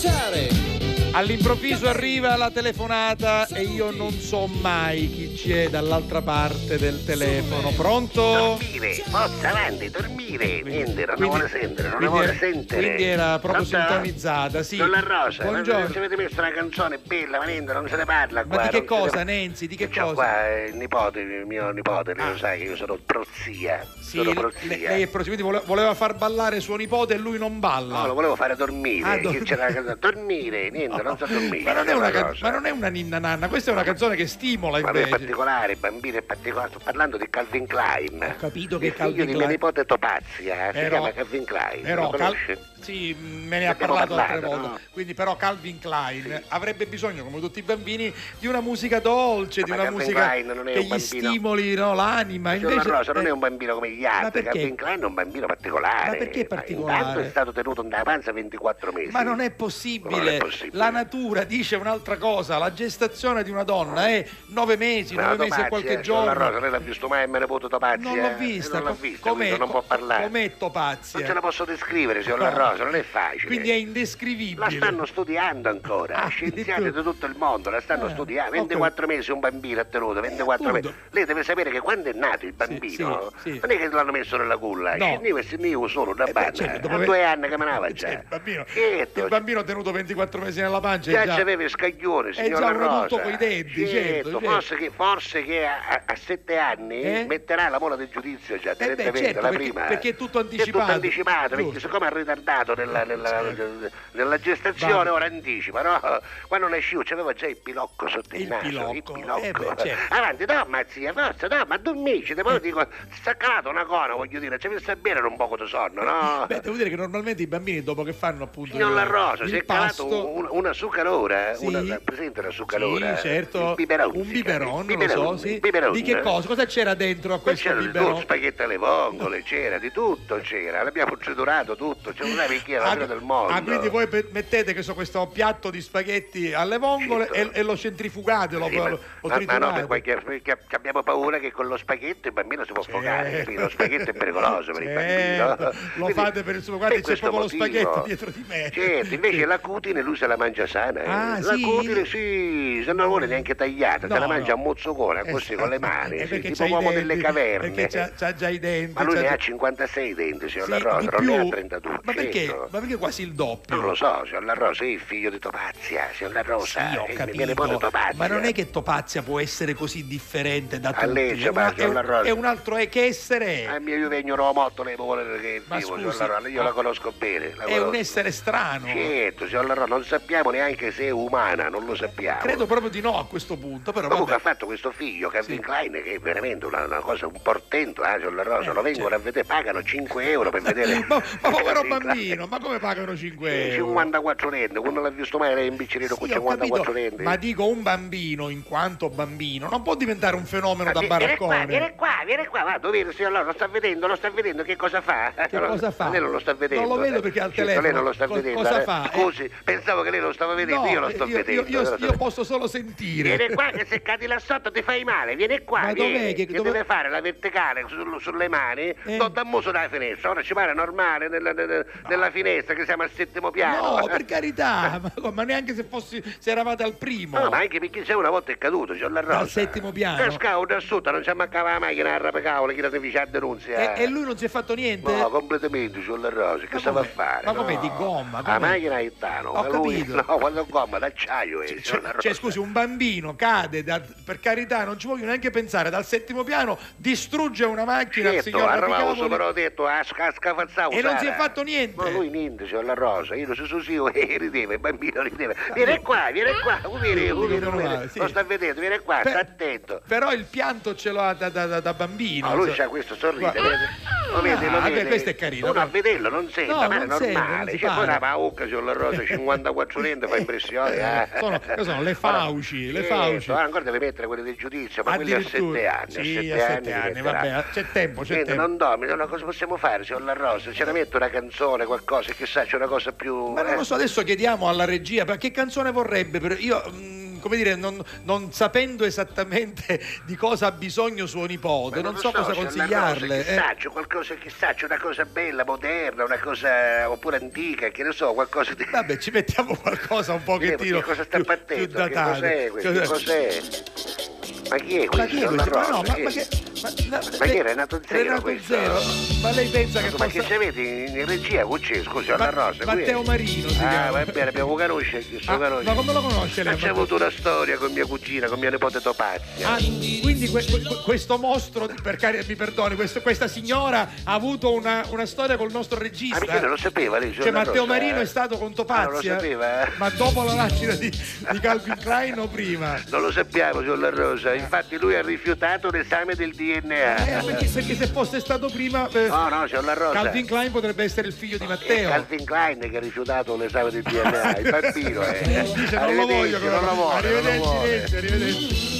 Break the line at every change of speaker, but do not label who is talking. mangiare.
All'improvviso arriva la telefonata e io non so mai chi c'è dall'altra parte del telefono. Pronto?
Dormire, forza avanti, dormire. Niente, non la vuole sentire, non la
Quindi
vuole
era,
sentire.
quindi era proprio
Pronto?
sintonizzata, sì.
Don La Rosa,
Buongiorno.
non ci avete messo una canzone bella, ma niente, non se ne parla qua.
Ma di che
non se ne-
cosa, Nenzi? Di che
C'ho
cosa? Ah.
qua eh, il nipote, il mio nipote, lo sai che io sono prozia.
Sì,
sono
le-
prozia.
lei è pro- quindi vole- voleva far ballare suo nipote e lui non balla.
No, lo volevo fare dormire.
Ah,
che
dormire.
c'era la canzone. Dormire, niente, non so dormire.
ma, non è
una
una can-
cosa.
ma non è una ninna nanna, questa è una canzone che stimola
Ma lui è
invece.
particolare, bambino è particolare, sto parlando di Calvin Klein.
Ho capito che
Il figlio
Calvin
di mio
Klein-
nipote Topazia, si chiama Calvin Klein.
però
lo
Cal-
conosci?
sì, me ne ha
Abbiamo
parlato altre
parlato,
volte.
no?
Quindi, però, Calvin Klein avrebbe bisogno, come tutti i bambini, di una musica dolce, di
Ma
una
Calvin
musica
Klein non è
che
un
gli
bambino.
stimoli no, l'anima.
Signor
Invece,
Rosa non
eh,
è un bambino come gli
ma
altri,
perché?
Calvin Klein è un bambino particolare.
Ma perché è
Intanto
particolare?
è stato tenuto nella panza 24 mesi.
Ma non è,
Non
possibile.
è possibile.
la natura dice un'altra cosa, la gestazione di una donna è nove mesi,
Ma la
nove mesi e
Topazia,
qualche
signor eh, La
giorno.
Rosa, lei l'ha visto mai, me ne può Topazia?
non l'ho vista,
eh? Non l'ho
com-
vista,
com'è,
quindi non può
com-
parlare.
com'è Topazia?
Non ce la posso descrivere, signor
No.
La Rosa, non è facile.
Quindi è indescrivibile.
La stanno studiando ancora,
Ah,
scienziati di
addirittura.
tutto il mondo, la stanno
Ah,
studiando.
ok.
24 mesi un bambino ha tenuto, 24
Appunto.
mesi. Lei deve sapere che quando è nato il bambino,
sì, sì.
non è che l'hanno messo nella culla,
No.
scendiva e scendiva solo una
Eh, beh,
banda.
certo, dopo
a
aver-
due anni camminava già.
Cioè, il bambino,
Certo,
il bambino tenuto 24 mesi nella pancia.
già
è già-
c'aveva il scaglione,
già
signora
un
Rosa.
adulto coi denti, certo, certo.
Forse, che, forse che a, a- a sette anni
Eh?
metterà la mola del giudizio già
beh,
direttamente,
certo,
la
perché-
prima.
perché è tutto
È tutto
anticipato.
anticipato, perché
Giusto. Eh, certo.
siccome ha ritardato nella, nella- nella gestazione,
Va.
ora anticipa, no? Quando nascivo c'aveva già il pilocco sotto il,
Il
naso,
pilocco,
il pilocco.
eh beh, certo. Eh.
Avanti, no, ma zia, forza, no, ma dormici, te poi dico, sta calato una cona, voglio dire, ci messa bene un poco di sonno, no?
Beh, devo dire che normalmente i bambini dopo che fanno appunto
Signor
il-
La Rosa, si
il
è
pasto,
calato un- una sucalora, eh?
Sì.
una, presente una sucalora? eh?
Sì, certo.
Il biberon,
un
si
biberon,
chiama, il
lo so,
biberon,
sì.
il biberon.
Di che cosa? Cosa c'era dentro a
Ma
questo
c'era di tutto,
biberon?
spaghetti alle vongole, c'era di tutto, c'era, l'abbiamo procedurato tutto, c'è una vecchiera, la
Ah,
prima del mondo.
ah, quindi voi pe- mettete che so, questo piatto di spaghetti alle vongole
Certo.
e, e lo centrifugate, lo,
Sì,
lo,
ma,
lo
ma- ma no, per
triturate.
qualche- perché abbiamo paura che con lo spaghetto il bambino si può
Certo.
affogare. capito? Lo spaghetto è pericoloso per il
Certo,
bambino.
lo
Quindi,
fate per il suo- guarda,
per
c'è
questo
proprio lo
motivo.
spaghetto dietro di me.
Certo, invece
Sì.
la cutine lui se la mangia sana. eh.
Ah,
la
sì?
cutine sì, se non la vuole neanche tagliata, se
No,
la mangia
no.
a mozzocone,
Eh,
così con le
eh,
mani,
eh,
sì,
perché
tipo
c'ha i
uomo
denti,
delle caverne.
perché c'ha- c'ha già i denti,
Ma lui
c'ha
ne
già-
ha 56 denti, signor La
Sì, di
Rosa, non ne ha
più.
32.
Ma perché,
certo.
ma perché quasi il doppio?
Non lo so, signor La Rosa, io il figlio di Topazia, signor La Rosa, eh,
Sì, ho
il mio nipote
capito,
Topazia.
ma non è che Topazia può essere così differente da
A lei,
tutti. È,
cioè,
una-
Marzio,
è un-
la rosa.
è un altro è che essere
A
è.
mio Eh, io vengo Romotto, lei vuole che
Eh. Ma
vivo,
scusi,
signor Larrò, io la conosco bene. La
È un
conosco.
essere strano.
Certo, signor Larrò, non sappiamo neanche se è umana, non lo sappiamo.
Credo proprio di no a questo punto, però
Comunque
vabbè.
ha fatto questo figlio, Calvin
Sì.
Klein, che è veramente una, una cosa, un portento, eh, signor Larrò,
Eh,
lo vengono
certo.
a vedere, pagano 5 euro per vedere...
ma, ma povero
Calvin Klein.
bambino, ma come pagano 5
Sì,
euro?
54 rende, quando l'ha visto mai era in bicicletta con
Sì, ho capito,
54 rende.
ma dico un bambino in quanto bambino non può diventare un fenomeno
Ah,
da
vi-
baraccone.
Vieni qua, vieni qua, vieni qua, va, dove vieni, signor Loro? Lo sta vedendo, lo sta vedendo, che cosa fa?
Che
Allora,
cosa fa?
Lei non lo sta vedendo.
Non lo vedo perché è al
Certo, Lei
telefono.
non lo sta
Co-
vedendo.
cosa
eh.
fa? Eh.
Scusi, pensavo che lei lo stava vedendo,
No,
io lo sto
io-
vedendo.
io- io-
lo sto
io
vedendo.
posso solo sentire.
Vieni qua che se cadi là sotto ti fai male, vieni qua,
Ma
vieni.
dov'è che- dove-
deve fare la verticale sul- sulle mani,
Eh.
do da muso dalla finestra, ora ci pare normale nella, nella- nella finestra che siamo al settimo piano.
No, per carità, ma, ma neanche se, fossi, se eravate al primo.
No, Ah, ma anche perché se una volta è caduto, c'è la rosa.
Dal settimo piano.
Cascavo da sotto, non ci mancava la macchina a rapacavola, chi la devi a denunzia.
E, e lui non si è fatto niente?
No, completamente sulla rosa, che
Ma
stava a
com'è?
fare?
Ma
no?
com'è, di gomma?
La
Com'è?
macchina è tano,
Ho
ma lui,
capito.
no, quando è gomma, d'acciaio è
Cioè,
sulla rosa.
cioè, scusi, un bambino cade, da- per carità, non ci voglio neanche pensare, dal settimo piano distrugge una macchina al
Certo,
signor
arrivavo
Rapicavoli.
sopra ho detto a sca- scafazzavo
E non si è
Sara.
fatto niente.
Ma lui niente, c'è la rosa, io lo so io e rideva, il bambino rideva. Vieni qua, vieni qua, tu vieni,
Sì,
tu vieni,
meno
tu vieni.
male, sì.
Lo sta vedendo, vieni qua,
Per-
sta attento.
Però il pianto ce l'ha da, da- da- da bambino.
No, Ah, lui
insomma.
c'ha questo sorriso,
Guarda-
vede? Lo vede, lo
Ah,
vede.
beh, questo è carino,
Uno a
guarda.
vederlo non sente,
No,
ma è
non sente, non
normale.
si
C'è poi
para.
una paucca sulla rosa 54 lente, fa impressione. eh.
Eh, sono- cosa sono, le fauci, le
Certo,
fauci.
ora ancora deve mettere quelle del giudizio, ma quelli a
Addirittura.
7 anni.
Sì, a
a
sette
7
anni,
anni, vabbè,
vabbè, c'è tempo, c'è tempo.
non dormi, allora cosa possiamo fare, signor La Rosa? Ce ne metto una canzone, qualcosa, chissà, c'è una cosa più...
Ma non
eh?
lo so, adesso chiediamo alla regia, ma che canzone vorrebbe? per- Io, mm, come dire, non, non sapendo esattamente di cosa ha bisogno suo nipote,
Ma
non, so, cosa
c'è una
consigliarle.
Rosa,
eh.
chissà, c'è qualcosa, chissà, c'è una cosa bella, moderna, una cosa oppure antica, che ne so, qualcosa di.
Vabbè, ci mettiamo qualcosa un
Vediamo
pochettino
che cosa sta
più,
partendo?
più
che
datato.
cos'è questo? Che cos'è? Cioè, Ma chi è questo?
Ma chi è
Una
questo? Ma no,
rosa,
ma,
chi
ma
è?
che. Ma, no,
Ma chi è
lei-
Renato Zero
Renato
questo?
Zero? Ma lei pensa che
Ma
possa.
che se vedi in regia con c'è, scusa,
Ma-
una rosa. qui è?
Matteo Marino si
Ah,
chiama.
va bene, abbiamo Caruccio e questo
Ah,
Caruccio.
ma come lo conosce lei?
Ma c'è avuto una storia con mia cugina, con mia nipote Topazia.
Ah, quindi que- que- questo mostro, per carità, mi perdoni, questo- questa signora ha avuto una, una storia col nostro
Ah,
regista.
perché non lo sapeva lei?
Cioè
signora
Matteo
Rosa?
Marino è stato con Topazia,
Ah, non lo sapeva? eh?
ma dopo la nascita di, di Calvin Klein o prima? Eh,
Non lo sappiamo, signor La Rosa. Infatti lui ha rifiutato l'esame del
Eh,
DNA.
perché, perché se fosse stato prima, eh,
No, Ah, no, signor La Rosa.
Calvin Klein potrebbe essere il figlio di
È
Matteo.
Calvin Klein che ha rifiutato l'esame del DNA, il bambino. Eh.
Dice non lo voglio,
Arrivederci, non lo vuole, non lo
arrivederci,
vuole.
Renzi, arrivederci.